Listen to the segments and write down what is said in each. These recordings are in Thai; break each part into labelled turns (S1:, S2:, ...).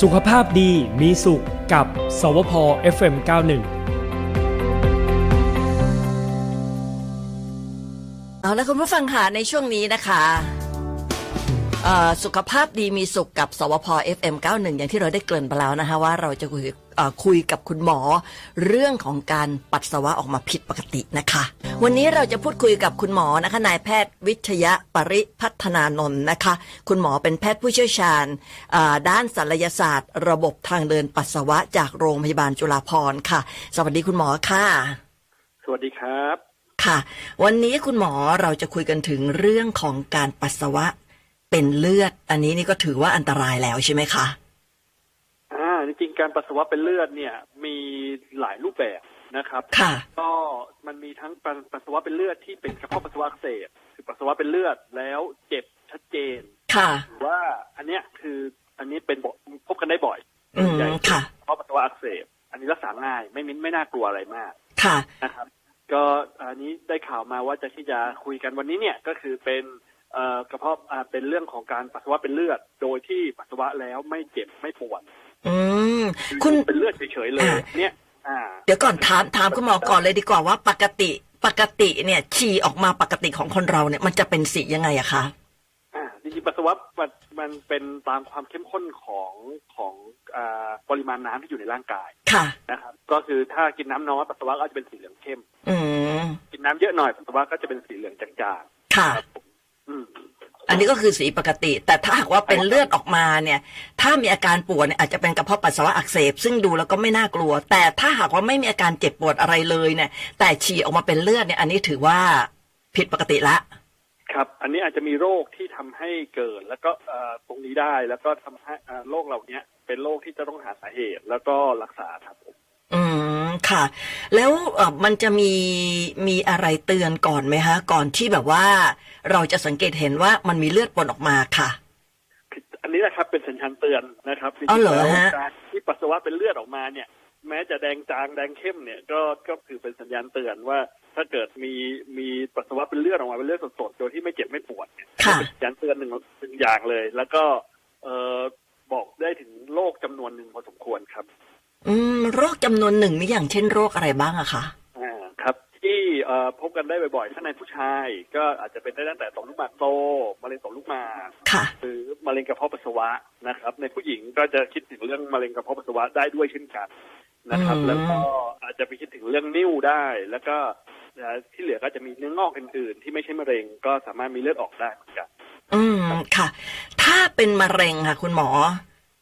S1: สุขภาพดีมีสุขกับ สวพ FM91
S2: เอาละคุณผู้ฟังค่ะในช่วงนี้นะคะเอ่อสุขภาพดีมีสุขกับ สวพ FM 91 อย่างที่เราได้เกริ่นไปแล้วนะคะว่าเราจะคุยเอ่อคุยกับคุณหมอ เรื่องของการปัสสาวะออกมาผิดปกตินะคะ วันนี้เราจะพูดคุยกับคุณหมอนะคะนายแพทย์วิทยะปริพัฒนานนท์นะคะ คุณหมอเป็นแพทย์ผู้เชี่ยวชาญเอ่อด้านศัลยศาสตร์ ระบบทางเดินปัสสาวะจากโรงพยาบาลจุฬาภรณ์ค่ะ สวัสดีคุณหมอค่ะ
S3: สวัสดีครับ
S2: ค่ะ วันนี้คุณหมอเราจะคุยกันถึงเรื่องของการปัสสาวะเป็นเลือด อันนี้นี่ก็ถือว่าอันตรายแล้วใช่ไหมคะ
S3: อ่า จริงๆ การปัสสาวะเป็นเลือดเนี่ยมีหลายรูปแบบนะครับ
S2: ค่ะ
S3: ก็มันมีทั้งปัสปัสสาวะเป็นเลือดที่เป็นกระเพาะปัสสาวะอักเสบคือปัสสาวะเป็นเลือดแล้วเจ็บชัดเจน
S2: ค่ะ
S3: หรือว่าอันเนี้ยคืออันนี้เป็นบ่พบกันได้บ่อย
S2: อืม
S3: ใหญ่
S2: ค่ะ
S3: กระเพาะปัสสาวะอักเสบ อันนี้รักษาง่ายไม่มิ้นไม่น่ากลัวอะไรมาก
S2: ค่ะ
S3: นะครับ ก็อันนี้ได้ข่าวมาว่าจะที่จะคุยกันวันนี้เนี่ยก็คือเป็นเอ่อกระเพาะอ่าเป็นเรื่องของการปัสสาวะเป็นเลือด โดยที่ปัสสาวะแล้วไม่เจ็บไม่ปวด
S2: อืม คุณ
S3: เป็นเลือดเฉยๆเลย
S2: อ่า
S3: เนี่ยอ่า
S2: เดี๋ยวก่อนถามถามคุณหมอก่อนเลยดีกว่าว่าปกติ ปกติเนี่ยฉี่ออกมาปกติของคนเราเนี่ย มันจะเป็นสียังไงอะคะ
S3: อ่าจริงๆปัสสาวะมันมันเป็นตามความเข้มข้นของของอ่าปริมาณน้ำที่อยู่ในร่างกาย
S2: ค่ะ
S3: นะครับ ก็คือถ้ากินน้ำน้อยปัสสาวะก็จะเป็นสีเหลืองเข้ม
S2: อืม
S3: กินน้ำเยอะหน่อยปัสสาวะก็จะเป็นสีเหลืองจาง
S2: ค่ะ
S3: ๆอืม
S2: อันนี้ก็คือสีปกติ แต่ถ้าหากว่าเป็นเลือดออกมาเนี่ย ถ้ามีอาการปวดเนี่ยอาจจะเป็นกระเพาะปัสสาวะอักเสบ ซึ่งดูแล้วก็ไม่น่ากลัว แต่ถ้าหากว่าไม่มีอาการเจ็บปวดอะไรเลยเนี่ย แต่ฉี่ออกมาเป็นเลือดเนี่ย อันนี้ถือว่าผิดปกติละ
S3: ครับ อันนี้อาจจะมีโรคที่ทำให้เกิด แล้วก็เอ่อตรงนี้ได้แล้วก็ทำให้อ่าโรคเหล่านี้เป็นโรคที่จะต้องหาสาเหตุ แล้วก็รักษาครับผม
S2: อืมค่ะ แล้วเอ่อมันจะมีมีอะไรเตือนก่อนไหมฮะ ก่อนที่แบบว่า เราจะสังเกตเห็นว่ามันมีเลือดปนออกมาค่ะ
S3: อันนี้นะครับเป็นสัญญาณเตือนนะครับ
S2: อ๋อเหรอฮะ
S3: จงๆแล้วการที่ปัสสาวะเป็นเลือดออกมาเนี่ย แม้จะแดงจางแดงเข้มเนี่ยก็ก็คือเป็นสัญญาณเตือนว่า ถ้าเกิดมีมีปัสสาวะเป็นเลือดออกมาเป็นเลือดสดๆโดยที่ไม่เจ็บไม่ปวดเนี่ย
S2: ค่ะ
S3: เป็นสัญญาณเตือนหนึ่งหนึ่งอย่างเลย แล้วก็เอ่อบอกได้ถึงโรคจำนวนหนึ่งพอสมควรครับ
S2: อืมโรคจำนวนหนึ่งมีอย่างเช่นโรคอะไรบ้างอะคะ
S3: อ่าครับที่เอ่อพบกันได้บ่อยๆถ้าในผู้ชาย ก็อาจจะเป็นได้ตั้งแต่ต่อมลูกหมากโตมะเร็งต่อมลูกหมาก
S2: ค่ะ
S3: หรือมะเร็งกระเพาะปัสสาวะนะครับ ในผู้หญิงก็จะคิดถึงเรื่องมะเร็งกระเพาะปัสสาวะได้ด้วยเช่นกันนะครับ
S2: อืม
S3: แล้วก็อาจจะไปคิดถึงเรื่องนิ่วได้ แล้วก็เอ่อที่เหลือก็จะมีเนื้องอกอื่นๆ ที่ไม่ใช่มะเร็งก็สามารถมีเลือดออกได้เหมือนกัน
S2: อืมค่ะ ถ้าเป็นมะเร็งค่ะ คุณหมอ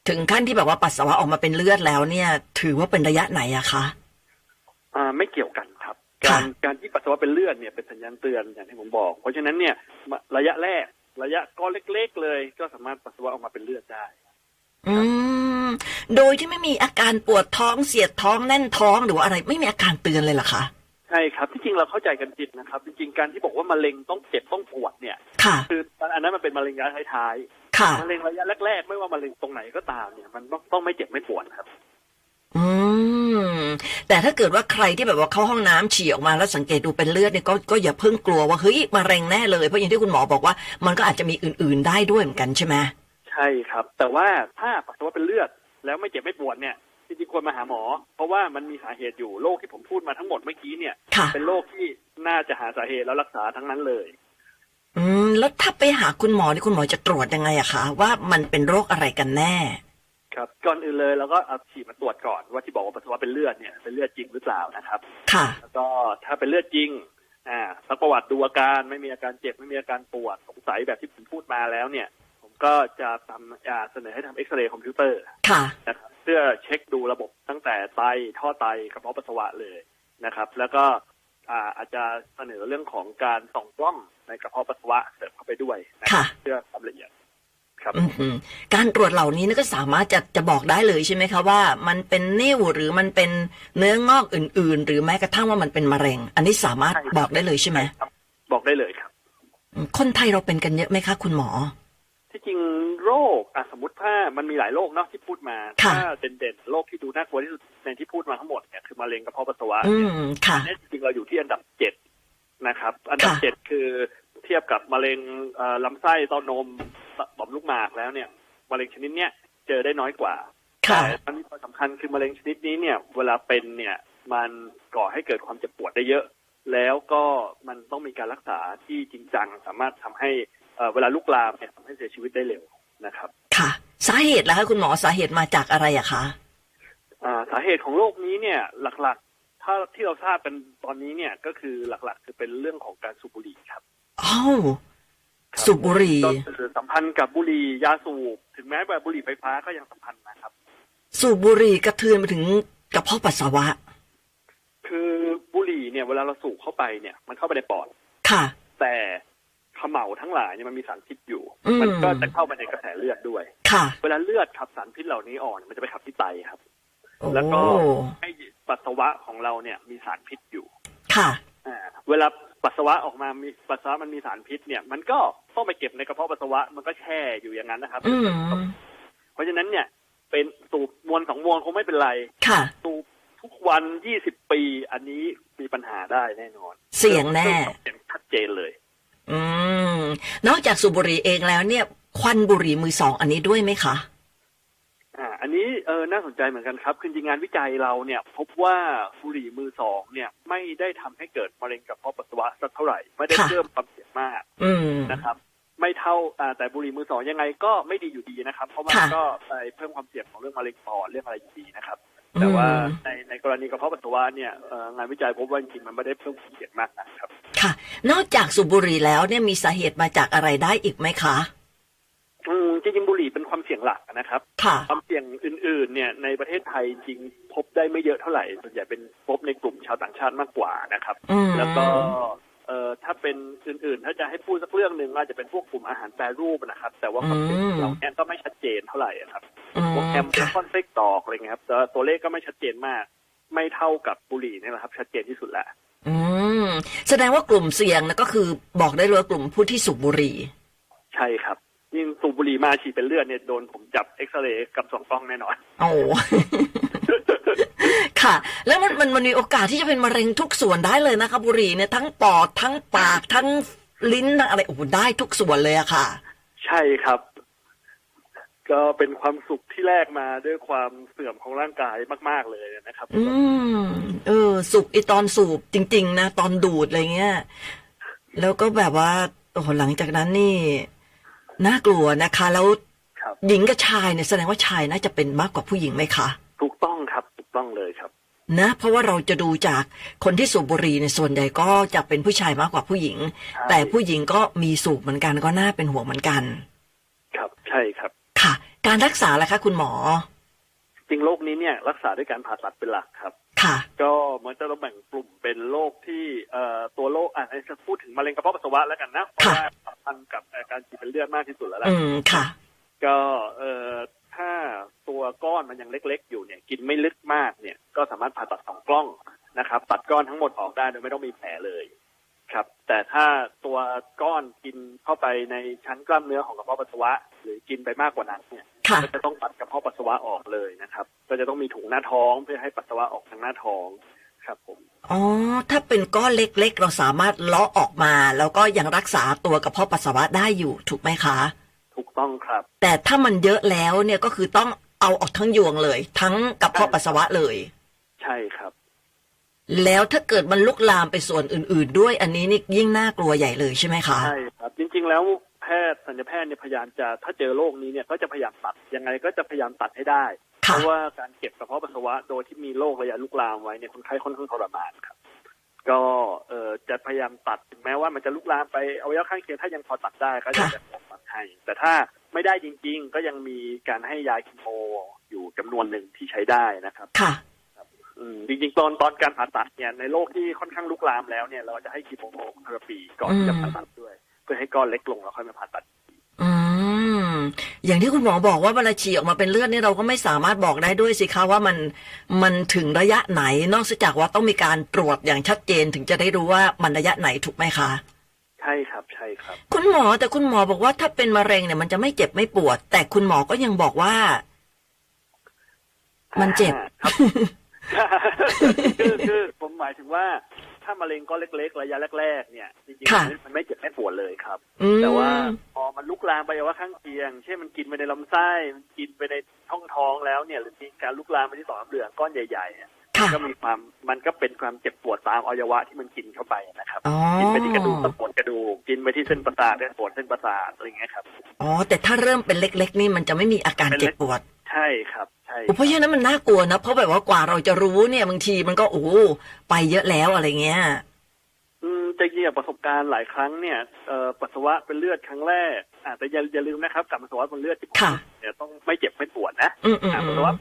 S2: ถึงขั้นที่แบบว่าปัสสาวะออกมาเป็นเลือดแล้วเนี่ย ถือว่าเป็นระยะไหนอะคะ
S3: อ่าไม่เกี่ยวกันครับ
S2: ค่ะ
S3: การการที่ปัสสาวะเป็นเลือดเนี่ยเป็นสัญญาณเตือนอย่างที่ผมบอก เพราะฉะนั้นเนี่ยระยะแรกระยะก้อนเล็ก ๆ เลย ก็สามารถปัสสาวะออกมาเป็นเลือดได้
S2: อืม โดยที่ไม่มีอาการปวดท้องเสียดท้องแน่นท้องหรือว่าอะไร ไม่มีอาการเตือนเลยเหรอคะ
S3: ใช่ครับที่จริงเราเข้าใจกันผิดนะครับจริงๆการที่บอกว่ามะเร็งต้องเจ็บต้องปวดเนี่ย
S2: ค่ะ
S3: คืออันนั้นมันเป็นมะเร็งระยะท้ายๆ
S2: ค่ะ
S3: มะเร็งระยะแรกๆ ไม่ว่ามะเร็งตรงไหนก็ตามเนี่ยมันต้องต้องไม่เจ็บไม่ปวดครับ
S2: อืม แต่ถ้าเกิดว่าใครที่แบบว่าเข้าห้องน้ำฉี่ออกมาแล้วสังเกตดูเป็นเลือดเนี่ยก็ก็อย่าเพิ่งกลัวว่าเฮ้ยมะเร็งแน่เลยเพราะอย่างที่คุณหมอบอกว่า มันก็อาจจะมีอื่น ๆได้ด้วยเหมือนกันใช่ไหม
S3: ใช่ครับ แต่ว่าถ้าปัสสาวะเป็นเลือด แล้วไม่เจ็บไม่ปวดเนี่ยจริงๆควรมาหาหมอ เพราะว่ามันมีสาเหตุอยู่โรคที่ผมพูดมาทั้งหมดเมื่อกี้เนี่ย
S2: ค่ะ
S3: เป็นโรคที่น่าจะหาสาเหตุแล้วรักษาทั้งนั้นเลย
S2: อืม แล้วถ้าไปหาคุณหมอนี่คุณหมอจะตรวจยังไงอะคะว่ามันเป็นโรคอะไรกันแน่
S3: ครับก่อนอื่นเลยเราก็เอาฉีดมาตรวจก่อนว่าที่บอกว่าปัสสาวะเป็นเลือดเนี่ยเป็นเลือดจริงหรือเปล่านะครับ
S2: ค่ะ
S3: แล้วก็ถ้าเป็นเลือดจริง อ่าสักประวัติดูอาการไม่มีอาการเจ็บไม่มีอาการปวดสงสัยแบบที่ผมพูดมาแล้วเนี่ย ผมก็จะทำอ่าเสนอให้ทำเอ็กซเรย์คอมพิวเตอร์
S2: ค่ะ
S3: นะครับเพื่อเช็คดูระบบตั้งแต่ไตท่อไตกระเพาะปัสสาวะเลยนะครับ แล้วก็อาอาจจะเสนอเรื่องของการส่องกล้องในกระเพาะปัสสาวะเสริมเข้าไปด้วยนะค
S2: ค่ะ
S3: รับเพื่อความละเอียดครับ
S2: อืมๆการตรวจเหล่านี้นี่ก็สามารถจะจะบอกได้เลยใช่ไหมคะว่า มันเป็นนิ่วหรือมันเป็นเนื้องอกอื่น ๆ หรือแม้กระทั่งว่ามันเป็นมะเร็ง อันนี้สามารถบอกได้เลยใช่ไหม
S3: บอกได้เลยครับ
S2: อืมคนไทยเราเป็นกันเยอะไหมคะคุณหมอ
S3: ที่จริงโรคอ่ะสมมติถ้ามันมีหลายโรคเนาะที่พูดมา
S2: ค่ะ
S3: ถ้าเด่นๆโรคที่ดูน่ากลัวที่สุดในที่พูดมาทั้งหมดเนี่ยคือมะเร็งกระเพาะปัสสาวะ
S2: อืมค่ะ
S3: เนี่ยจริงๆเราอยู่ที่อันดับเจ็ดนะครับ อันดับ
S2: ค่ะ
S3: เจ็ดคือเทียบกับมะเร็งเอ่อลำไส้เต้านมต่อมลูกหมากแล้วเนี่ยมะเร็งชนิดเนี้ยเจอได้น้อยกว่า
S2: ค่ะ
S3: แต่มันมีความสำคัญคือมะเร็งชนิดนี้เนี่ย เวลาเป็นเนี่ยมันก่อให้เกิดความเจ็บปวดได้เยอะ แล้วก็มันต้องมีการรักษาที่จริงจัง สามารถทำให้เอ่อเวลาลุกลามเนี่ยทำให้เสียชีวิตได้เร็วนะครับ
S2: ค่ะ สาเหตุล่ะคะคุณหมอสาเหตุมาจากอะไรอะคะ
S3: อ่าสาเหตุของโรคนี้เนี่ยหลักๆ ถ้าที่เราทราบกันตอนนี้เนี่ยก็คือหลักๆคือเป็นเรื่องของการสูบบุหรี่ครับ
S2: อ้าวสูบบุหรี่
S3: ก็คือสัมพันธ์กับบุหรี่ยาสูบถึงแม้ว่าบุหรี่ไฟฟ้าก็ยังสัมพันธ์นะครับ
S2: สูบบุหรี่กระเทือนไปถึงกระเพาะปัสสาวะ
S3: คือบุหรี่เนี่ยเวลาเราสูบเข้าไปเนี่ยมันเข้าไปในปอด
S2: ค่ะ
S3: แต่เขม่าทั้งหลายเนี่ยมันมีสารพิษอยู่
S2: อืม
S3: มันก็จะเข้าไปในกระแสเลือดด้วย
S2: ค่ะ
S3: เวลาเลือดขับสารพิษเหล่านี้ออกเนี่ยมันจะไปขับที่ไตครับ
S2: โอ้
S3: แล้วก็ให้ปัสสาวะของเราเนี่ยมีสารพิษอยู่
S2: ค่ะ
S3: อ่าเวลาปัสสาวะออกมามีปัสสาวะมันมีสารพิษเนี่ย มันก็ต้องไปเก็บในกระเพาะปัสสาวะมันก็แช่อยู่อย่างนั้นนะครับ
S2: อืม
S3: เพราะฉะนั้นเนี่ย เป็นสูบมวนสองมวนคงไม่เป็นไร
S2: ค่ะ
S3: สูบทุกวันยี่สิบปีอันนี้มีปัญหาได้แน่นอน
S2: เสี่ยงแน่
S3: เสียงชัดเจนเลย
S2: อืม นอกจากสูบบุหรี่เองแล้วเนี่ย ควันบุหรี่มือสองอันนี้ด้วยไหมคะ
S3: อ่าอันนี้เออน่าสนใจเหมือนกันครับคือจริงๆงานวิจัยเราเนี่ย พบว่าบุหรี่มือสองเนี่ยไม่ได้ทำให้เกิดมะเร็งกระเพาะปัสสาวะสักเท่าไหร่ไม่ได้
S2: ค่ะ
S3: เพิ่มความเสี่ยงมาก
S2: อืม
S3: นะครับไม่เท่าอ่าแต่บุหรี่มือสองยังไงก็ไม่ดีอยู่ดีนะครับ เพราะมัน
S2: ค่ะ
S3: ก็ไปเพิ่มความเสี่ยงของเรื่องมะเร็งปอดเรื่องอะไรอยู่ดีนะครับ
S2: อืม
S3: แต่ว่าในในกรณีกระเพาะปัสสาวะเนี่ยเอ่องานวิจัยพบว่าจริงๆมันไม่ได้เพิ่มความเสี่ยงมากนะครับ
S2: ค่ะ นอกจากสูบบุหรี่แล้วเนี่ยมีสาเหตุมาจากอะไรได้อีกไหมคะ
S3: อืมจริงๆบุหรี่เป็นความเสี่ยงหลักนะครับ
S2: ค่ะ
S3: ความเสี่ยงอื่นๆเนี่ยในประเทศไทยจริงพบได้ไม่เยอะเท่าไหร่ส่วนใหญ่เป็นพบในกลุ่มชาวต่างชาติมากกว่านะครับ
S2: อืม
S3: แล้วก็เอ่อถ้าเป็นอื่นๆ ถ้าจะให้พูดสักเรื่องหนึ่งก็อาจจะเป็นพวกกลุ่มอาหารแปรรูปนะครับ แต่ว่าความเสี่ยงเหล่านี้ก็ไม่ชัดเจนเท่าไหร่อะครับ
S2: อืม
S3: โปรแกรมเบ
S2: ค่ะ
S3: คอนเฟกตอกอะไรเงี้ยครับแต่ตัวเลขก็ไม่ชัดเจนมาก ไม่เท่ากับบุหรี่เนี่ยนะครับ ชัดเจนที่สุดละ
S2: อืม แสดงว่ากลุ่มเสี่ยงนะก็คือบอกได้เลยว่ากลุ่มผู้ที่สูบบุหรี่
S3: ใช่ครับยิ่งสูบบุหรี่มาฉีดเป็นเลือดเนี่ยโดนผมจับเอ็กซเรย์กับสองกล้องแน่นอน
S2: โอ้ ค่ะ แล้วมันมันมันมีโอกาสที่จะเป็นมะเร็งทุกส่วนได้เลยนะคะ บุหรี่เนี่ยทั้งปอดทั้งปากทั้งลิ้นทั้งอะไรโอ้โหได้ทุกส่วนเลยอะค่ะ
S3: ใช่ครับ ก็เป็นความสุขที่แรกมาด้วยความเสื่อมของร่างกายมาก ๆเลยนะครับ
S2: อืม เออ สูบไอตอนสูบจริง ๆ นะ ตอนดูดอะไรเงี้ย แล้วก็แบบว่าโอ้โหหลังจากนั้นนี่น่ากลัวนะคะ แล้ว
S3: ครับ
S2: หญิงกับชายเนี่ยแสดงว่าชายน่าจะเป็นมากกว่าผู้หญิงไหมคะ
S3: ถูกต้องครับถูกต้องเลยครับ
S2: นะ เพราะว่าเราจะดูจากคนที่สูบบุหรี่ในยส่วนใหญ่ก็จะเป็นผู้ชายมากกว่าผู้หญิง
S3: ใช่
S2: แต่ผู้หญิงก็มีสูบเหมือนกันก็น่าเป็นห่วงเหมือนกัน
S3: ครับ ใช่ครับ
S2: ค่ะ การรักษาล่ะคะคุณหมอ
S3: จริงโรคนี้เนี่ย รักษาด้วยการผ่าตัดเป็นหลักครับ
S2: ค่ะ
S3: ก็เหมือนจะเราแบ่งกลุ่มเป็นโรคที่เอ่อตัวโรคอ่ะจะพูดถึงมะเร็งกระเพาะปัสสาวะแล้วกันนะเพราะ
S2: ค่ะ
S3: ว่าสัมพันธ์กับเอ่อการฉีดเป็นเลือดมากที่สุดแล้วล่ะ
S2: อืมค่ะ
S3: ก็เอ่อถ้าตัวก้อนมันยังเล็ก ๆ อยู่เนี่ยกินไม่ลึกมากเนี่ยก็สามารถผ่าตัดสองกล้องนะครับ ตัดก้อนทั้งหมดออกได้โดยไม่ต้องมีแผลเลยครับ แต่ถ้าตัวก้อนกินเข้าไปในชั้นกล้ามเนื้อของกระเพาะปัสสาวะ หรือกินไปมากกว่านั้นเนี่ย
S2: ค่ะ
S3: ก็จะต้องตัดกระเพาะปัสสาวะออกเลยนะครับ ก็จะต้องมีถุงหน้าท้องเพื่อให้ปัสสาวะออกทางหน้าท้องครับผม
S2: อ๋อ ถ้าเป็นก้อนเล็กๆ เราสามารถเลาะออกมา แล้วก็ยังรักษาตัวกระเพาะปัสสาวะได้อยู่ถูกไหมคะ
S3: ถูกต้องครับ
S2: แต่ถ้ามันเยอะแล้วเนี่ยก็คือต้องเอาออกทั้งยวงเลย ทั้งกระเพาะปัสสาวะเลย
S3: ใช่ครับ
S2: แล้วถ้าเกิดมันลุกลามไปส่วนอื่น ๆ ด้วยอันนี้นี่ยิ่งน่ากลัวใหญ่เลยใช่ไหมคะ
S3: ใช่ครับ จริง ๆ แล้วแพทย์สัญญาแพทย์เนี่ยพยายามจะถ้าเจอโรคนี้เนี่ยก็จะพยายามตัดยังไงก็จะพยายามตัดให้ได้ เพ
S2: ค่ะ
S3: ราะว่าการเก็บกระเพาะปัสสาวะโดยที่มีโรคระยะลุกลามไว้เนี่ยคนไข้ค่อนข้างทรมานครับ ก็เอ่อจะพยายามตัดถึงแม้ว่ามันจะลุกลามไปอวัยวะข้างเคียงถ้ายังพอตัดได้ก็จะ
S2: ค่ะ
S3: จะตัดให้แต่ถ้าไม่ได้จริง ๆ ก็ยังมีการให้ยาคีโมอยู่จำนวนหนึ่งที่ใช้ได้นะครับ
S2: ค่ะ
S3: อืมจริงๆตอนตอนการผ่าตัดเนี่ยในโรคที่ค่อนข้างลุกลามแล้วเนี่ยเราจะให้คีโมเทอราปีก่อนที่จะผ่าตัดด้วย เพื่อให้ก้อนเล็กลงแล้วค่อยมาผ่าตัด
S2: อืม อย่างที่คุณหมอบอกว่าเวลาฉี่ออกมาเป็นเลือดนี่เราก็ไม่สามารถบอกได้ด้วยสิคะว่ามันมันถึงระยะไหน นอกจากว่าต้องมีการตรวจอย่างชัดเจนถึงจะได้รู้ว่ามันระยะไหนถูกไหมคะ
S3: ใช่ครับใช่ครับ
S2: คุณหมอแต่คุณหมอบอกว่าถ้าเป็นมะเร็งเนี่ยมันจะไม่เจ็บไม่ปวด แต่คุณหมอก็ยังบอกว่า มันเจ็บ
S3: ครับ คือคือผมหมายถึงว่า ถ้ามะเร็งก้อนเล็ก ๆ ระยะแรก ๆ เนี่ยจริง
S2: ค่ะ
S3: ๆมันไม่เจ็บไม่ปวดเลยครับ
S2: อืม
S3: แต่ว่าพอมันลุกลามไปอวัยวะข้างเคียง เช่นมันกินไปในลำไส้มันกินไปในช่องท้องแล้วเนี่ย หรือมีการลุกลามไปที่ต่อมน้ำเหลืองก้อนใหญ่ๆเนี่ย
S2: ค่ะ
S3: ก็มีความมันก็เป็นความเจ็บปวดตามอวัยวะที่มันกินเข้าไปนะครับ
S2: อ๋อ
S3: กินไปที่กระดูกก็ปวดกระดูกกินไปที่เส้นประสาทเนี่ยปวดเส้นประสาทอะไรอย่างเงี้ยครับ
S2: อ๋อ แต่ถ้าเริ่มเป็นเล็ก ๆ นี่มันจะไม่มีอาการเจ็บปวด
S3: ใช่ครับใช่
S2: โอ้เพราะฉะนั้นมันน่ากลัวนะ เพราะแบบว่ากว่าเราจะรู้เนี่ยบางทีมันก็โอ้โหไปเยอะแล้วอะไรเงี้ย
S3: อืมจริงๆอย่างประสบการณ์หลายครั้งเนี่ยเอ่อปัสสาวะเป็นเลือดครั้งแรกอาจจะแต่อย่าอย่าลืมนะครับกับปัสสาวะเป็นเลือดที่ผม
S2: ค่ะ
S3: เนี่ยต้องไม่เจ็บไม่ปวดนะ
S2: อืมอืม
S3: อ่า
S2: อื
S3: ปัส
S2: ม
S3: สาวะ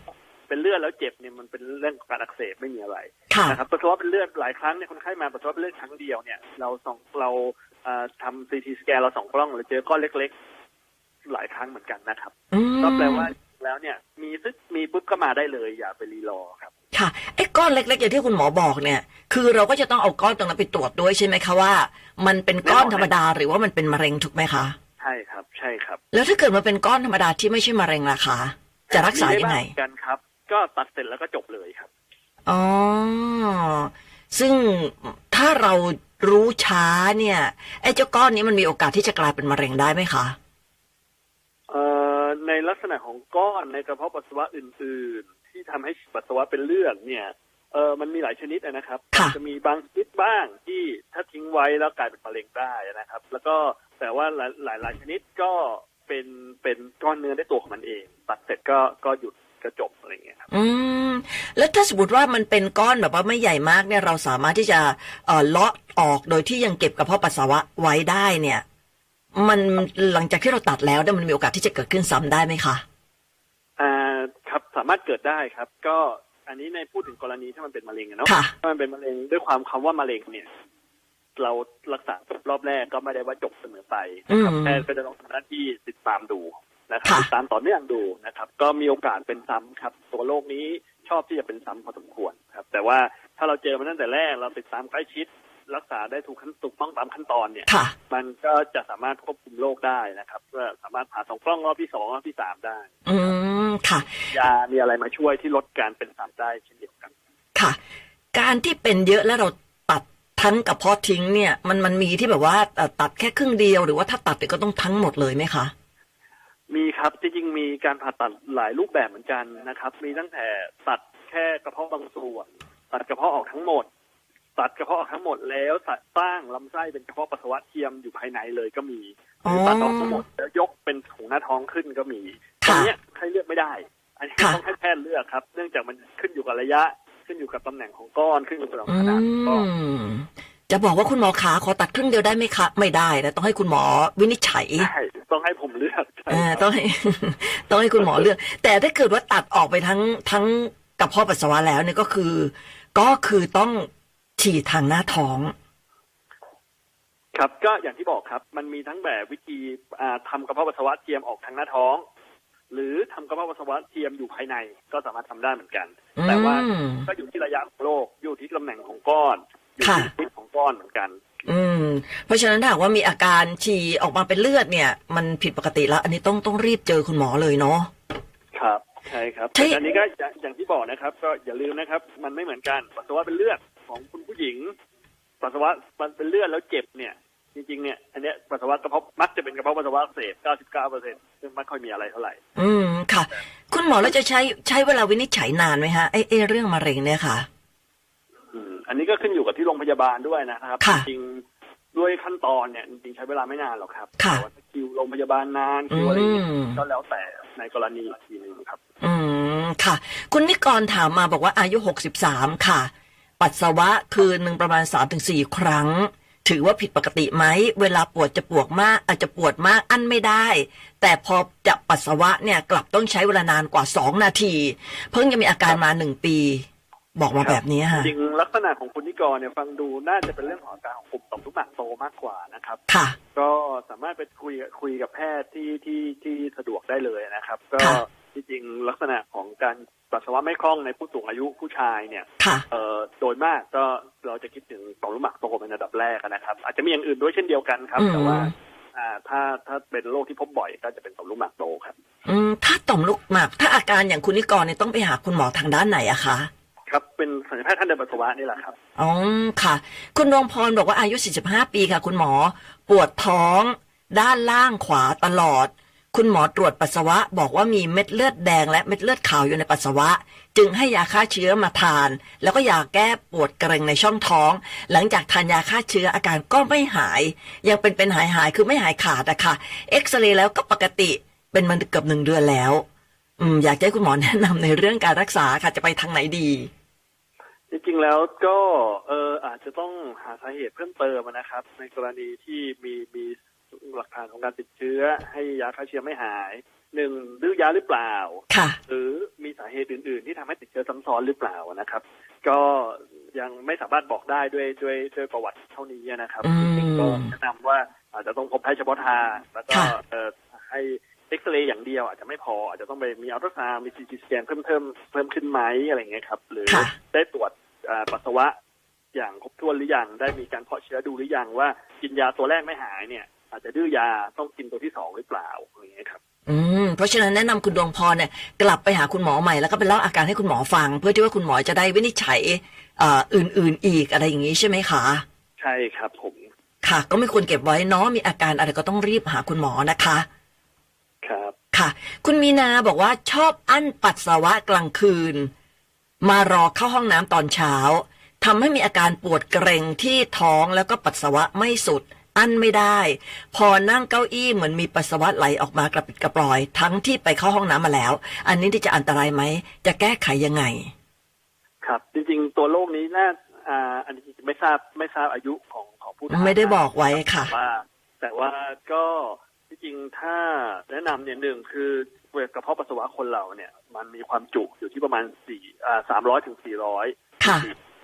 S3: เป็นเลือดแล้วเจ็บเนี่ยมันเป็นเรื่องของการอักเสบไม่มีอะไร
S2: ค่ะ
S3: นะครับปัสสาวะเป็นเลือดหลายครั้งเนี่ยคนไข้มาปัสสาวะเป็นเลือดครั้งเดียวเนี่ยเราส่องเราเอ่อทำซีทีสแกนเราส่องกล้องเราเจอก้อนเล็ก ๆ หลายครั้งเหมือนกันนะครับ
S2: อืม
S3: ก็แปลว่าแล้วเนี่ยมีซึกมีปุ๊บก็มาได้เลยอย่าไปรีรอครับ
S2: ค่ะไอ้ก้อนเล็กๆอย่างที่คุณหมอบอกเนี่ย คือเราก็จะต้องเอาก้อนตรงนั้นไปตรวจด้วยใช่ไหมคะว่า มันเป็นก้อนธรรมดาหรือว่ามันเป็นมะเร็งถูกไหมคะ
S3: ใช่ครับ ใช่ครับ
S2: แล้วถ้าเกิดมันเป็นก้อนธรรมดาที่ไม่ใช่มะเร็งล่ะคะ จะรักษา
S3: มีด้
S2: ยังไง
S3: บ้เหมือนกันครับ ก็ตัดเสร็จแล้วก็จบเลยครับ
S2: อ๋อ ซึ่งถ้าเรารู้ช้าเนี่ยไอ้เจ้าก้อนนี้มันมีโอกาสที่จะกลายเป็นมะเร็งได้ไหมคะ
S3: เอ่อในลักษณะของก้อนในกระเพาะปัสสาวะอื่น ๆ ที่ทำให้ปัสสาวะเป็นเลือดเนี่ยเออมันมีหลายชนิดนะครับ
S2: ค่ะ
S3: จะมีบางชนิดบ้างที่ถ้าทิ้งไว้แล้วกลายเป็นมะเร็งได้นะครับ แล้วก็แต่ว่าหลายหลายหลายชนิดก็เป็นเป็นก้อนเนื้อได้ตัวของมันเอง ตัดเสร็จก็ก็หยุดกระจบอะไรอย่างเงี้ยครับ
S2: อืม แล้วถ้าสมมติว่ามันเป็นก้อนแบบว่าไม่ใหญ่มากเนี่ยเราสามารถที่จะเอ่อเลาะออกโดยที่ยังเก็บกระเพาะปัสสาวะไว้ได้เนี่ย มันหลังจากที่เราตัดแล้วเนี่ยมันมีโอกาสที่จะเกิดขึ้นซ้ำได้ไหมคะ
S3: อ่าครับสามารถเกิดได้ครับ ก็อันนี้ในพูดถึงกรณีถ้ามันเป็นมะเร็งอะเนาะ
S2: ค่ะ
S3: ถ้ามันเป็นมะเร็งด้วยความคำว่ามะเร็งเนี่ย เรารักษารอบแรกก็ไม่ได้ว่าจบเสมอไปนะครับ
S2: อืม
S3: แพทย์ก็จะต้องทำหน้าที่ติดตามดูนะครับ
S2: ค่ะ
S3: ติดตามต่อเนื่องดูนะครับ ก็มีโอกาสเป็นซ้ำครับ ตัวโรคนี้ชอบที่จะเป็นซ้ำพอสมควรครับ แต่ว่าถ้าเราเจอมันตั้งแต่แรกเราติดตามใกล้ชิด รักษาได้ถูกขั้นถูกต้องตามขั้นตอนเนี่ย
S2: ค่ะ
S3: มันก็จะสามารถควบคุมโรคได้นะครับก็สามารถผ่าสองกล้องรอบที่สองรอบที่สามได้
S2: อืม ค่ะ
S3: ยามีอะไรมาช่วยที่ลดการเป็นซ้ำได้เช่นเดียวกัน
S2: ค่ะ การที่เป็นเยอะแล้วเราตัดทั้งกระเพาะทิ้งเนี่ย มันมันมีที่แบบว่าเอ่อตัดแค่ครึ่งเดียวหรือว่าถ้าตัดเนี่ยก็ต้องทั้งหมดเลยไหมคะ
S3: มีครับจริงๆมีการผ่าตัดหลายรูปแบบเหมือนกันนะครับ มีตั้งแต่ตัดแค่กระเพาะบางส่วน ตัดกระเพาะออกทั้งหมด ตัดกระเพาะออกทั้งหมดแล้วตัดสร้างลำไส้เป็นกระเพาะปัสสาวะเทียมอยู่ภายในเลยก็มีหรือตัดออกทั้งหมดแล้วยกเป็นถุงหน้าท้องขึ้นก็มี
S2: ค่ะ
S3: อันเนี้ยใครเลือกไม่ได้ อันนี้
S2: ค่ะ
S3: ต้องให้แพทย์เลือกครับ เนื่องจากมันขึ้นอยู่กับระยะ ขึ้นอยู่กับตำแหน่งของก้อนขึ้นอยู่กับ
S2: อื
S3: ขนาดของก้อน
S2: ม จะบอกว่าคุณหมอขาขอตัดครึ่งเดียวได้ไหมคะ ไม่ได้นะต้องให้คุณหมอวินิจฉัย
S3: ใช่ต้องให้ผมเลือกใช่
S2: เออ
S3: ครับ
S2: ต้องให้ ต้องให้คุณหมอเลือก แต่ถ้าเกิดว่าตัดออกไปทั้งทั้งกระเพาะปัสสาวะแล้วเนี่ยก็คือ ก็คือต้องฉีดทางหน้าท้อง
S3: ครับก็อย่างที่บอกครับ มันมีทั้งแบบวิธีอ่าทำากระเพาะปัสสาวะเทียมออกทางหน้าท้อง หรือทำกระเพาะปัสสาวะเทียมอยู่ภายในก็สามารถทำได้เหมือนกัน
S2: อืม
S3: แต่ว่าก็อยู่ที่ระยะของโรคอยู่ที่ตำแหน่งของก้อนอยู่
S2: ค่ะ
S3: ที่ชนิดของก้อนเหมือนกัน
S2: อืม เพราะฉะนั้นถ้าหากว่ามีอาการฉี่ออกมาเป็นเลือดเนี่ย มันผิดปกติแล้ว อันนี้ต้องต้องรีบเจอคุณหมอเลยเนาะ
S3: ครับใช่ครับ
S2: ที่
S3: แต่อันนี้ก็อย่างอย่างที่บอกนะครับ ก็อย่าลืมนะครับ มันไม่เหมือนกันปัสสาวะเป็นเลือดของคุณผู้หญิง ปัสสาวะมันเป็นเลือดแล้วเจ็บเนี่ย จริงๆเนี่ยอันเนี้ยปัสสาวะกระเพาะมักจะเป็นกระเพาะปัสสาวะอักเสพ99%ซึ่งไม่ค่อยมีอะไรเท่าไหร่
S2: อืมค่ะ คุณหมอเราจะใช้ใช้เวลาวินิจฉัยนานไหมฮะไอ้ไอ้เรื่องมะเร็งเนี่ยค่ะ
S3: อืมอันนี้ก็ขึ้นอยู่กับที่โรงพยาบาลด้วยนะครับ
S2: ค่ะ
S3: จริงๆด้วยขั้นตอนเนี่ยจริงๆใช้เวลาไม่นานหรอกครับ
S2: ค่ะ
S3: แต่ว่าถ้าคิวโรงพยาบาลนานคิวอะไรอย่างเงี้ย
S2: อืม
S3: ก็แล้วแต่ในกรณีอีกทีหนึงครับ
S2: อืมค่ะ คุณนิกรถามมาบอกว่าอายุหกสิบสามค่ะ ปัสสาวะคืนหนึ่งประมาณสามถึงสี่ครั้ง ถือว่าผิดปกติไหม เวลาปวดจะปวดมาก อาจจะปวดมากอั้นไม่ได้ แต่พอจะปัสสาวะเนี่ยกลับต้องใช้เวลานานกว่าสองนาที เพิ่งจะมีอาการมาหนึ่งปี บอกมาแบบนี้ค่ะ
S3: จริงๆลักษณะของคุณนิกรเนี่ยฟังดูน่าจะเป็นเรื่องของอาการของกลุ่มต่อมลูกหมากโตมากกว่านะครับ
S2: ค่ะ
S3: ก็สามารถไปคุยกับคุยกับแพทย์ที่ที่ที่สะดวกได้เลยนะครับ ก็
S2: ค่ะ
S3: ที่จริงลักษณะของการปัสสาวะไม่คล่องในผู้สูงอายุผู้ชายเนี่ย
S2: ค่ะ
S3: เอ่อโดยมากก็เราจะคิดถึงต่อมลูกหมากโตเป็นอันดับแรกนะครับ อาจจะมีอย่างอื่นด้วยเช่นเดียวกันครับ
S2: อืม
S3: แต่ว่าอ่าถ้าถ้าเป็นโรคที่พบบ่อยก็จะเป็นต่อมลูกหมากโตครับ
S2: อืมถ้าต่อมลูกหมาก ถ้าอาการอย่างคุณนิกรเนี่ยต้องไปหาคุณหมอทางด้านไหนอะคะ
S3: ครับเป็นสัญญ แพทย์ท่านเดินปัสสาวะนี่แหละครับ
S2: อ๋อค่ะ คุณดวงพรบอกว่าอายุ 45 ปีค่ะ คุณหมอ ปวดท้อง ด้านล่างขวาตลอด คุณหมอตรวจปัสสาวะ บอกว่ามีเม็ดเลือดแดงและเม็ดเลือดขาวอยู่ในปัสสาวะ จึงให้ยาฆ่าเชื้อมาทาน แล้วก็ยาแก้ปวดเกร็งในช่องท้อง หลังจากทานยาฆ่าเชื้ออาการก็ไม่หาย ยังเป็นเป็นหายหายๆคือไม่หายขาดอะค่ะ เอ็กซเรย์แล้วก็ปกติเป็นมันเกือบหนึ่งเดือนแล้ว อืมอยากจะให้คุณหมอแนะนำในเรื่องการรักษาค่ะจะไปทางไหนดี
S3: จริงๆ แล้วก็เอออาจจะต้องหาสาเหตุเพิ่มเติมนะครับ ในกรณีที่มีมีหลักฐานของการติดเชื้อ ให้ยาฆ่าเชื้อไม่หายหนึ่งดื้อยาหรือเปล่า
S2: ค่ะ
S3: หรือมีสาเหตุอื่น ๆ ที่ทำให้ติดเชื้อซ้ำซ้อนหรือเปล่านะครับ ก็ยังไม่สามารถบอกได้ด้วยด้วยด้วยประวัติเท่านี้นะครับ
S2: อืม
S3: จริงๆก็แนะนำว่าอาจจะต้องพบแพทย์เฉพาะทางแล้วก็
S2: ค่ะ
S3: เอ่อให้เอ็กซเรย์อย่างเดียวอาจจะไม่พอ อาจจะต้องไปมีอัลตราซาวด์มีซีทีสแกนเพิ่มเพิ่มเพิ่มขึ้นไหมอะไรอย่างเงี้ยครับ หรือ
S2: ค่ะ
S3: ได้ตรวจเอ่อปัสสาวะอย่างครบถ้วนหรือยังได้มีการเพาะเชื้อดูหรือยังว่ากินยาตัวแรกไม่หายเนี่ย อาจจะดื้อยาต้องกินตัวที่สองหรือเปล่าอะไรอย่างเงี้ยครับ
S2: อืมเพราะฉะนั้นแนะนำคุณดวงพรเนี่ยกลับไปหาคุณหมอใหม่แล้วก็ไปเล่าอาการให้คุณหมอฟัง เพื่อที่ว่าคุณหมอจะได้วินิจฉัยเอ่ออื่นๆอีกอะไรอย่างนี้ใช่ไหมคะ
S3: ใช่ครับผม
S2: ค่ะ ก็ไม่ควรเก็บไว้เนาะมีอาการอะไรก็ต้องรีบหาคุณหมอนะคะ
S3: ครับ
S2: ค่ะ คุณมีนาบอกว่าชอบอั้นปัสสาวะกลางคืน มารอเข้าห้องน้ำตอนเช้าทำให้มีอาการปวดเกร็งที่ท้องแล้วก็ปัสสาวะไม่สุด อั้นไม่ได้ พอนั่งเก้าอี้เหมือนมีปัสสาวะไหลออกมากระปิดกระปลอย ทั้งที่ไปเข้าห้องน้ำมาแล้ว อันนี้ที่จะอันตรายไหม จะแก้ไขยังไง
S3: ครับจริงๆ ตัวโรคนี้น่าอ่าอันนี้ไม่ทราบไม่ทราบอายุของของผู้ทาน
S2: ไม่ได้บอกไว้ค่ะ
S3: แต่ว่า แต่ว่าก็จริงๆถ้าแนะนำเนี่ยหนึ่งคือเวลากระเพาะปัสสาวะคนเราเนี่ย มันมีความจุอยู่ที่ประมาณสี่อ่าสามร้อยถึงสี่ร้อย
S2: ค่ะ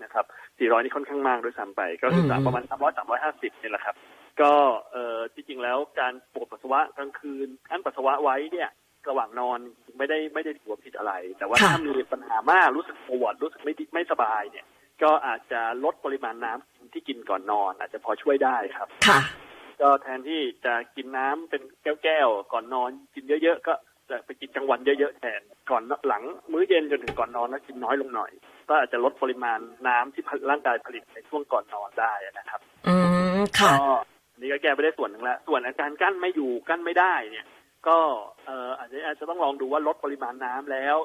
S3: นะครับสี่ร้อยนี่ค่อนข้างมากด้วยซ้ำไป ก็คือสาม
S2: อืม
S3: ประมาณสามร้อยสามร้อยห้าสิบนี่แหละครับ ก็เอ่อจริงๆแล้วการปวดปัสสาวะกลางคืนอั้นปัสสาวะไว้เนี่ย ระหว่างนอนไม่ได้ไม่ได้ถือว่าผิดอะไร แต่ว่า
S2: ค่ะ
S3: ถ้ามีปัญหามากรู้สึกปวดรู้สึกไม่ดีไม่สบายเนี่ย ก็อาจจะลดปริมาณน้ำที่กินก่อนนอน อาจจะพอช่วยได้ครับ
S2: ค่ะ
S3: ก็แทนที่จะกินน้ำเป็นแก้วๆก่อนนอน กินเยอะๆก็จะไปกินกลางวันเยอะๆแทนก่อนหลังมื้อเย็นจนถึงก่อนนอนแล้วกินน้อยลงหน่อย ก็อาจจะลดปริมาณน้ำที่ร่างกายผลิตในช่วงก่อนนอนได้นะครับ
S2: อืมค่ะ
S3: ก็อันนี่ก็แก้ไปได้ส่วนหนึ่งแล้ว ส่วนอาการกั้นไม่อยู่กั้นไม่ได้เนี่ย ก็เอ่ออาจจะอาจจะต้องลองดูว่าลดปริมาณน้ำแล้ว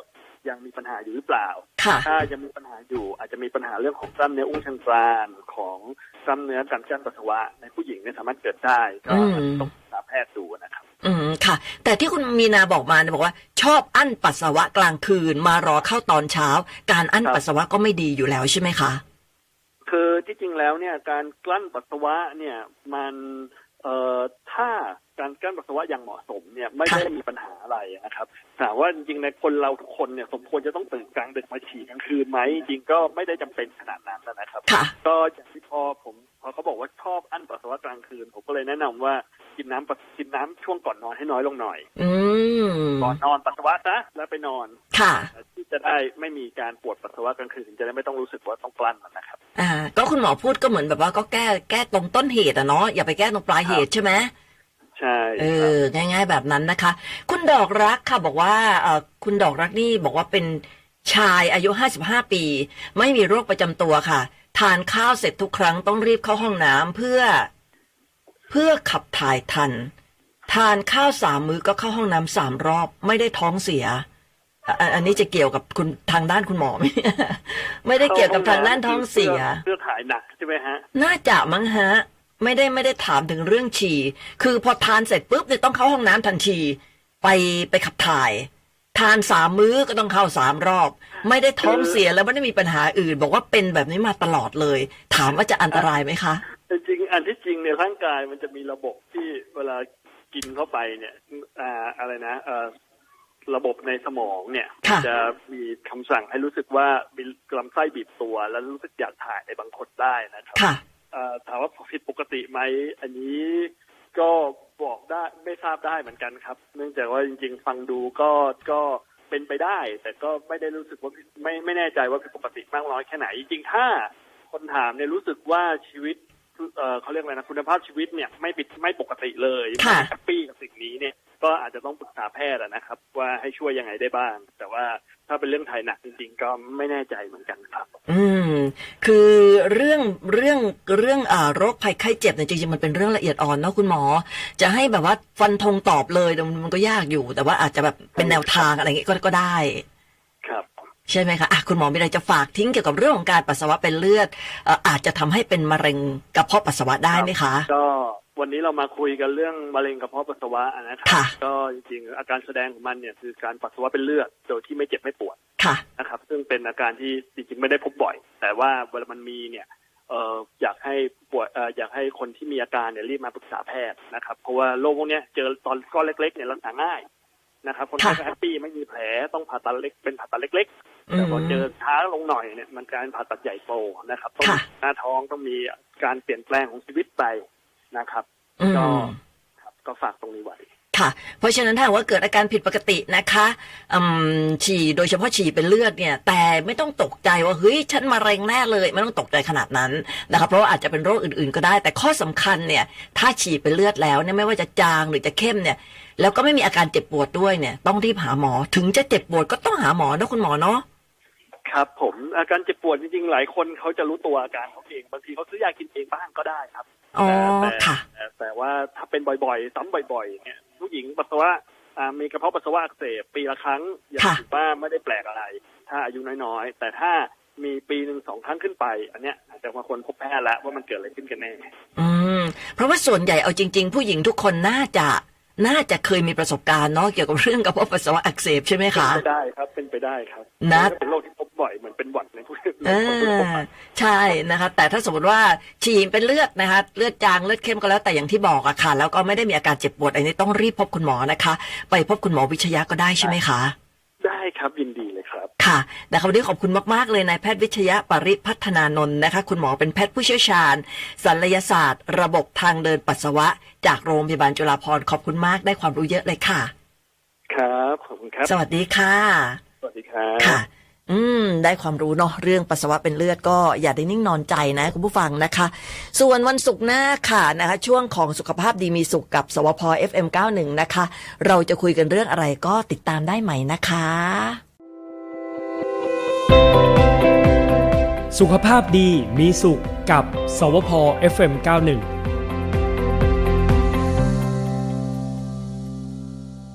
S3: ยังมีปัญหาอยู่หรือเปล่า
S2: ค่ะ
S3: ถ้ายังมีปัญหาอยู่อาจจะมีปัญหาเรื่องของกล้ามเนื้ออุ้งเชิงกรานของกล้ามเนื้อการกั้นปัสสาวะ ในผู้หญิงเนี่ยสามารถเกิดได้ก็
S2: อืม
S3: อาจจะต้องปรึกษาแพทย์ดูนะครับ
S2: อืมค่ะ แต่ที่คุณมีนาบอกมาเนี่ยบอกว่า ชอบอั้นปัสสาวะกลางคืน มารอเข้าตอนเช้า การอั้น
S3: ครับ
S2: ปัสสาวะก็ไม่ดีอยู่แล้วใช่ไหมคะ
S3: คือที่จริงแล้วเนี่ยการกลั้นปัสสาวะเนี่ยมันเอ่อถ้าการกลั้นปัสสาวะอย่างเหมาะสมเนี่ยไม่ได้
S2: ค่ะ
S3: มีปัญหาอะไรนะครับถามว่าจริงๆในคนเราทุกคนเนี่ยสมควรจะต้องตื่นกลางดึกมาฉี่กลางคืนไหมจริงๆก็ไม่ได้จำเป็นขนาดนั้นนะครับ
S2: ค่ะ
S3: ก็อย่างที่พอผมพอเขาบอกว่าชอบอั้นปัสสาวะกลางคืน ผมก็เลยแนะนำว่ากินน้ำปัสกินน้ำช่วงก่อนนอนให้น้อยลงหน่อย
S2: อืม
S3: ก่อนนอนปัสสาวะนะแล้วไปนอน
S2: ค่ะ
S3: ที่จะได้ไม่มีการปวดปัสสาวะกลางคืนจะได้ไม่ต้องรู้สึกว่าต้องกลั้นมันนะครับ
S2: อ่า ก็คุณหมอพูดก็เหมือนแบบว่าก็แก้แก้ตรงต้นเหตุอะเนาะอย่าไปแก้ตรงปลายเหตุใช่ไหม
S3: ใช่
S2: เอ
S3: ครับ
S2: อ ง่ายๆแบบนั้นนะคะ คุณดอกรักค่ะบอกว่าเออคุณดอกรักนี่บอกว่าเป็นชายอายุ 55 ปี ไม่มีโรคประจำตัวค่ะ ทานข้าวเสร็จทุกครั้งต้องรีบเข้าห้องน้ำเพื่อ เพื่อขับถ่ายทัน ทานข้าวสามมื้อก็เข้าห้องน้ำสามรอบ ไม่ได้ท้องเสียอ่ะอ่ะอันนี้จะเกี่ยวกับคุณทางด้านคุณหมอไหม ไม่ได้เกี่ยวกับทางด้านท้องเสีย
S3: เพื่อถ่ายหนักใช่ไหมฮะ
S2: น่าจะมั้งฮะ ไม่ได้ไม่ได้ถามถึงเรื่องฉี่ คือพอทานเสร็จปุ๊บเนี่ยต้องเข้าห้องน้ำทันทีไปไปขับถ่าย ทานสามมื้อก็ต้องเข้าสามรอบ ไม่ได้ท้องเสียแล้วไม่ได้มีปัญหาอื่น บอกว่าเป็นแบบนี้มาตลอดเลย ถามว่าจะอันตรายไหมคะ
S3: จริงๆอันที่จริงเนี่ยร่างกายมันจะมีระบบที่เวลากินเข้าไปเนี่ยอ่าอะไรนะเอ่อระบบในสมองเนี่ย
S2: ค่ะ
S3: จะมีคำสั่งให้รู้สึกว่ามีลำไส้บีบตัว แล้วรู้สึกอยากถ่ายในบางคนได้นะครับ
S2: ค่ะ
S3: เอ่อถามว่าผิดปกติไหมอันนี้ก็บอกได้ไม่ทราบได้เหมือนกันครับ เนื่องจากว่าจริง ๆ ฟังดูก็ก็เป็นไปได้ แต่ก็ไม่ได้รู้สึกว่าผิดไม่ไม่แน่ใจว่าผิดปกติมากน้อยแค่ไหนจริงๆถ้า คนถามเนี่ยรู้สึกว่าชีวิตเอ่อเขาเรียกอะไรนะคุณภาพชีวิตเนี่ยไม่ปิดไม่ปกติเลย
S2: ค่ะ
S3: แฮปปี้กับสิ่งนี้เนี่ย ก็อาจจะต้องปรึกษาแพทย์อะนะครับ ว่าให้ช่วยยังไงได้บ้าง แต่ว่าถ้าเป็นเรื่องถ่ายหนักจริงๆ ก็ไม่แน่ใจเหมือนกันครับ
S2: อืม คือเรื่องเรื่องเรื่องอ่าโรคภัยไข้เจ็บเนี่ยจริงๆมันเป็นเรื่องละเอียดอ่อนเนาะคุณหมอ จะให้แบบว่าฟันธงตอบเลยมันมันก็ยากอยู่ แต่ว่าอาจจะแบบเป็นแนวทางอะไรอย่างเงี้ยก็ก็ได้
S3: ครับ
S2: ใช่ไหมคะอ่ะคุณหมอมีอะไรจะฝากทิ้งเกี่ยวกับเรื่องของการปัสสาวะเป็นเลือดเอ่ออาจจะทำให้เป็นมะเร็งกระเพาะปัสสาวะได้ไหมคะ
S3: ก็วันนี้เรามาคุยกันเรื่องมะเร็งกระเพาะปัสสาวะนะครับ
S2: ค่ะ
S3: ก็จริงๆอาการแสดงของมันเนี่ยคือการปัสสาวะเป็นเลือดโดยที่ไม่เจ็บไม่ปวด
S2: ค่ะ
S3: นะครับซึ่งเป็นอาการที่จริงๆไม่ได้พบบ่อย แต่ว่าเวลามันมีเนี่ยเอ่ออยากให้ปวดเอ่ออยากให้คนที่มีอาการเนี่ยรีบมาปรึกษาแพทย์นะครับ เพราะว่าโรคพวกเนี้ยเจอตอนก้อนเล็กๆเนี่ยรักษาง่ายนะครับคนไข้
S2: ค่ะ
S3: ก็แฮปปี้ไม่มีแผลต้องผ่าตัดเล็กเป็นผ่าตัดเล็ก ๆ
S2: อื
S3: แต่
S2: ม
S3: พอเจอช้าลงหน่อยเนี่ยมันกลายเป็นผ่าตัดใหญ่โตนะครับต้อง
S2: ค่ะ
S3: หน้าท้องต้องมีการเปลี่ยนแปลงของชีวิตไปนะครับ
S2: อื
S3: ก็
S2: ม
S3: ครับก็ฝากตรงนี้ไว้
S2: ค่ะ เพราะฉะนั้นถ้าหากว่าเกิดอาการผิดปกตินะคะอืมฉี่โดยเฉพาะฉี่เป็นเลือดเนี่ย แต่ไม่ต้องตกใจว่าเฮ้ยฉันมะเร็งแน่เลย ไม่ต้องตกใจขนาดนั้นนะคะเพราะว่าอาจจะเป็นโรคอื่นๆก็ได้ แต่ข้อสำคัญเนี่ย ถ้าฉี่เป็นเลือดแล้วเนี่ยไม่ว่าจะจางหรือจะเข้มเนี่ย แล้วก็ไม่มีอาการเจ็บปวดด้วยเนี่ย ต้องรีบหาหมอถึงจะเจ็บปวดก็ต้องหาหมอนะคุณหมอเนาะ
S3: ครับผมอาการเจ็บปวดจริงๆ หลายคนเขาจะรู้ตัวอาการเขาเองบางทีเขาซื้อยากินเองบ้างก็ได้ครับ
S2: อ๋อ
S3: แต่
S2: ค่ะ
S3: แต่แต่ว่าถ้าเป็นบ่อยๆ ซ้ำบ่อยๆเนี่ยผู้หญิงปัสสาวะอ่ามีกระเพาะปัสสาวะอักเสบปีละครั้งอย่าง
S2: ค่ะ
S3: ถือว่าไม่ได้แปลกอะไร ถ้าอายุน้อยๆ แต่ถ้ามีปีหนึ่งสองครั้งขึ้นไป อันเนี้ยอาจจะมาควรพบแพทย์ละว่ามันเกิดอะไรขึ้นกันแน่
S2: อืมเพราะว่าส่วนใหญ่เอาจริง ๆ ผู้หญิงทุกคนน่าจะน่าจะเคยมีประสบการณ์เนาะเกี่ยวกับเรื่องกระเพาะปัสสาวะอักเสบใช่ไหมคะ
S3: เป็นไปได้ครับเป็นไปได้ครับ
S2: นะ
S3: เป็นโรคที่พบบ่อยเหมือนเป็นหวัดในผู้
S2: เอ
S3: คนทั่ว
S2: อ
S3: ไป
S2: ใช่นะคะ แต่ถ้าสมมติว่าฉี่เป็นเลือดนะคะ เลือดจางเลือดเข้มก็แล้วแต่อย่างที่บอกอะค่ะ แล้วก็ไม่ได้มีอาการเจ็บปวดอันนี้ต้องรีบพบคุณหมอนะคะ ไปพบคุณหมอวิชยะก็ได้ใช่ไหมคะ
S3: ได้ครับยินดีเลยครับ
S2: ค่ะนะคะวันนี้ขอบคุณมาก ๆ เลยนายแพทย์วิชยะปริพัฒนานนท์นะคะ คุณหมอเป็นแพทย์ผู้เชี่ยวชาญศัลยศาสตร์ ระบบทางเดินปัสสาวะ จากโรงพยาบาลจุฬาภรณ์ขอบคุณมากได้ความรู้เยอะเลยค่ะ
S3: ครับขอบคุณครับ
S2: สวัสดีค่ะ
S3: สวัสดีครับ
S2: ค่ะ อืม ได้ความรู้เนาะเรื่องปัสสาวะเป็นเลือดก็อย่าได้นิ่งนอนใจนะ คุณผู้ฟังนะคะ ส่วนวันศุกร์หน้าค่ะนะคะ ช่วงของสุขภาพดีมีสุขกับสวพ FM91 นะคะ เราจะคุยกันเรื่องอะไรก็ติดตามได้ใหม่นะคะ
S1: สุขภาพดีมีสุขกับสวพ FM91